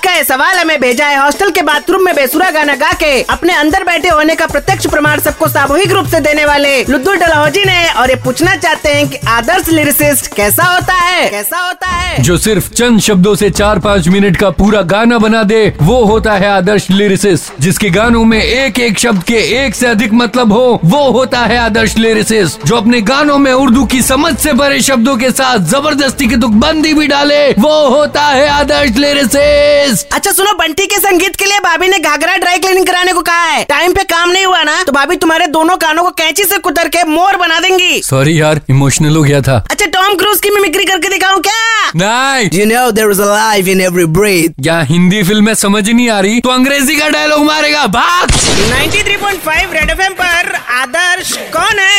का ये सवाल हमें भेजा है हॉस्टल के बाथरूम में बेसुरा गाना गा के अपने अंदर बैठे होने का प्रत्यक्ष प्रमाण सबको सामूहिक रूप से देने वाले लुद्दू डलहौजी ने और ये पूछना चाहते हैं कि आदर्श लिरिसिस्ट कैसा होता है कैसा होता है जो सिर्फ चंद शब्दों से चार पाँच मिनट का पूरा गाना बना दे वो होता है आदर्श लिरिसिस्ट जिसके गानों में एक एक शब्द के एक से अधिक मतलब हो वो होता है आदर्श लिरिसिस्ट जो अपने गानों में उर्दू की समझ से भरे शब्दों के साथ जबरदस्ती की तुकबंदी भी डाले वो होता है आदर्श लिरिसिस्ट अच्छा सुनो बंटी के संगीत के लिए भाभी ने घाघरा ड्राई क्लीनिंग कराने को कहा है टाइम पे काम नहीं हुआ ना तो भाभी तुम्हारे दोनों कानों को कैंची से कुतर के मोर बना देंगी सॉरी यार इमोशनल हो गया था अच्छा टॉम क्रूज की मिमिक्री करके दिखाऊं क्या नहीं you know there is life in every breath या हिंदी फिल्म में समझ नहीं आ रही तो अंग्रेजी का डायलॉग मारेगा भाग 93.5 रेड एफएम पर आदर्श कौन है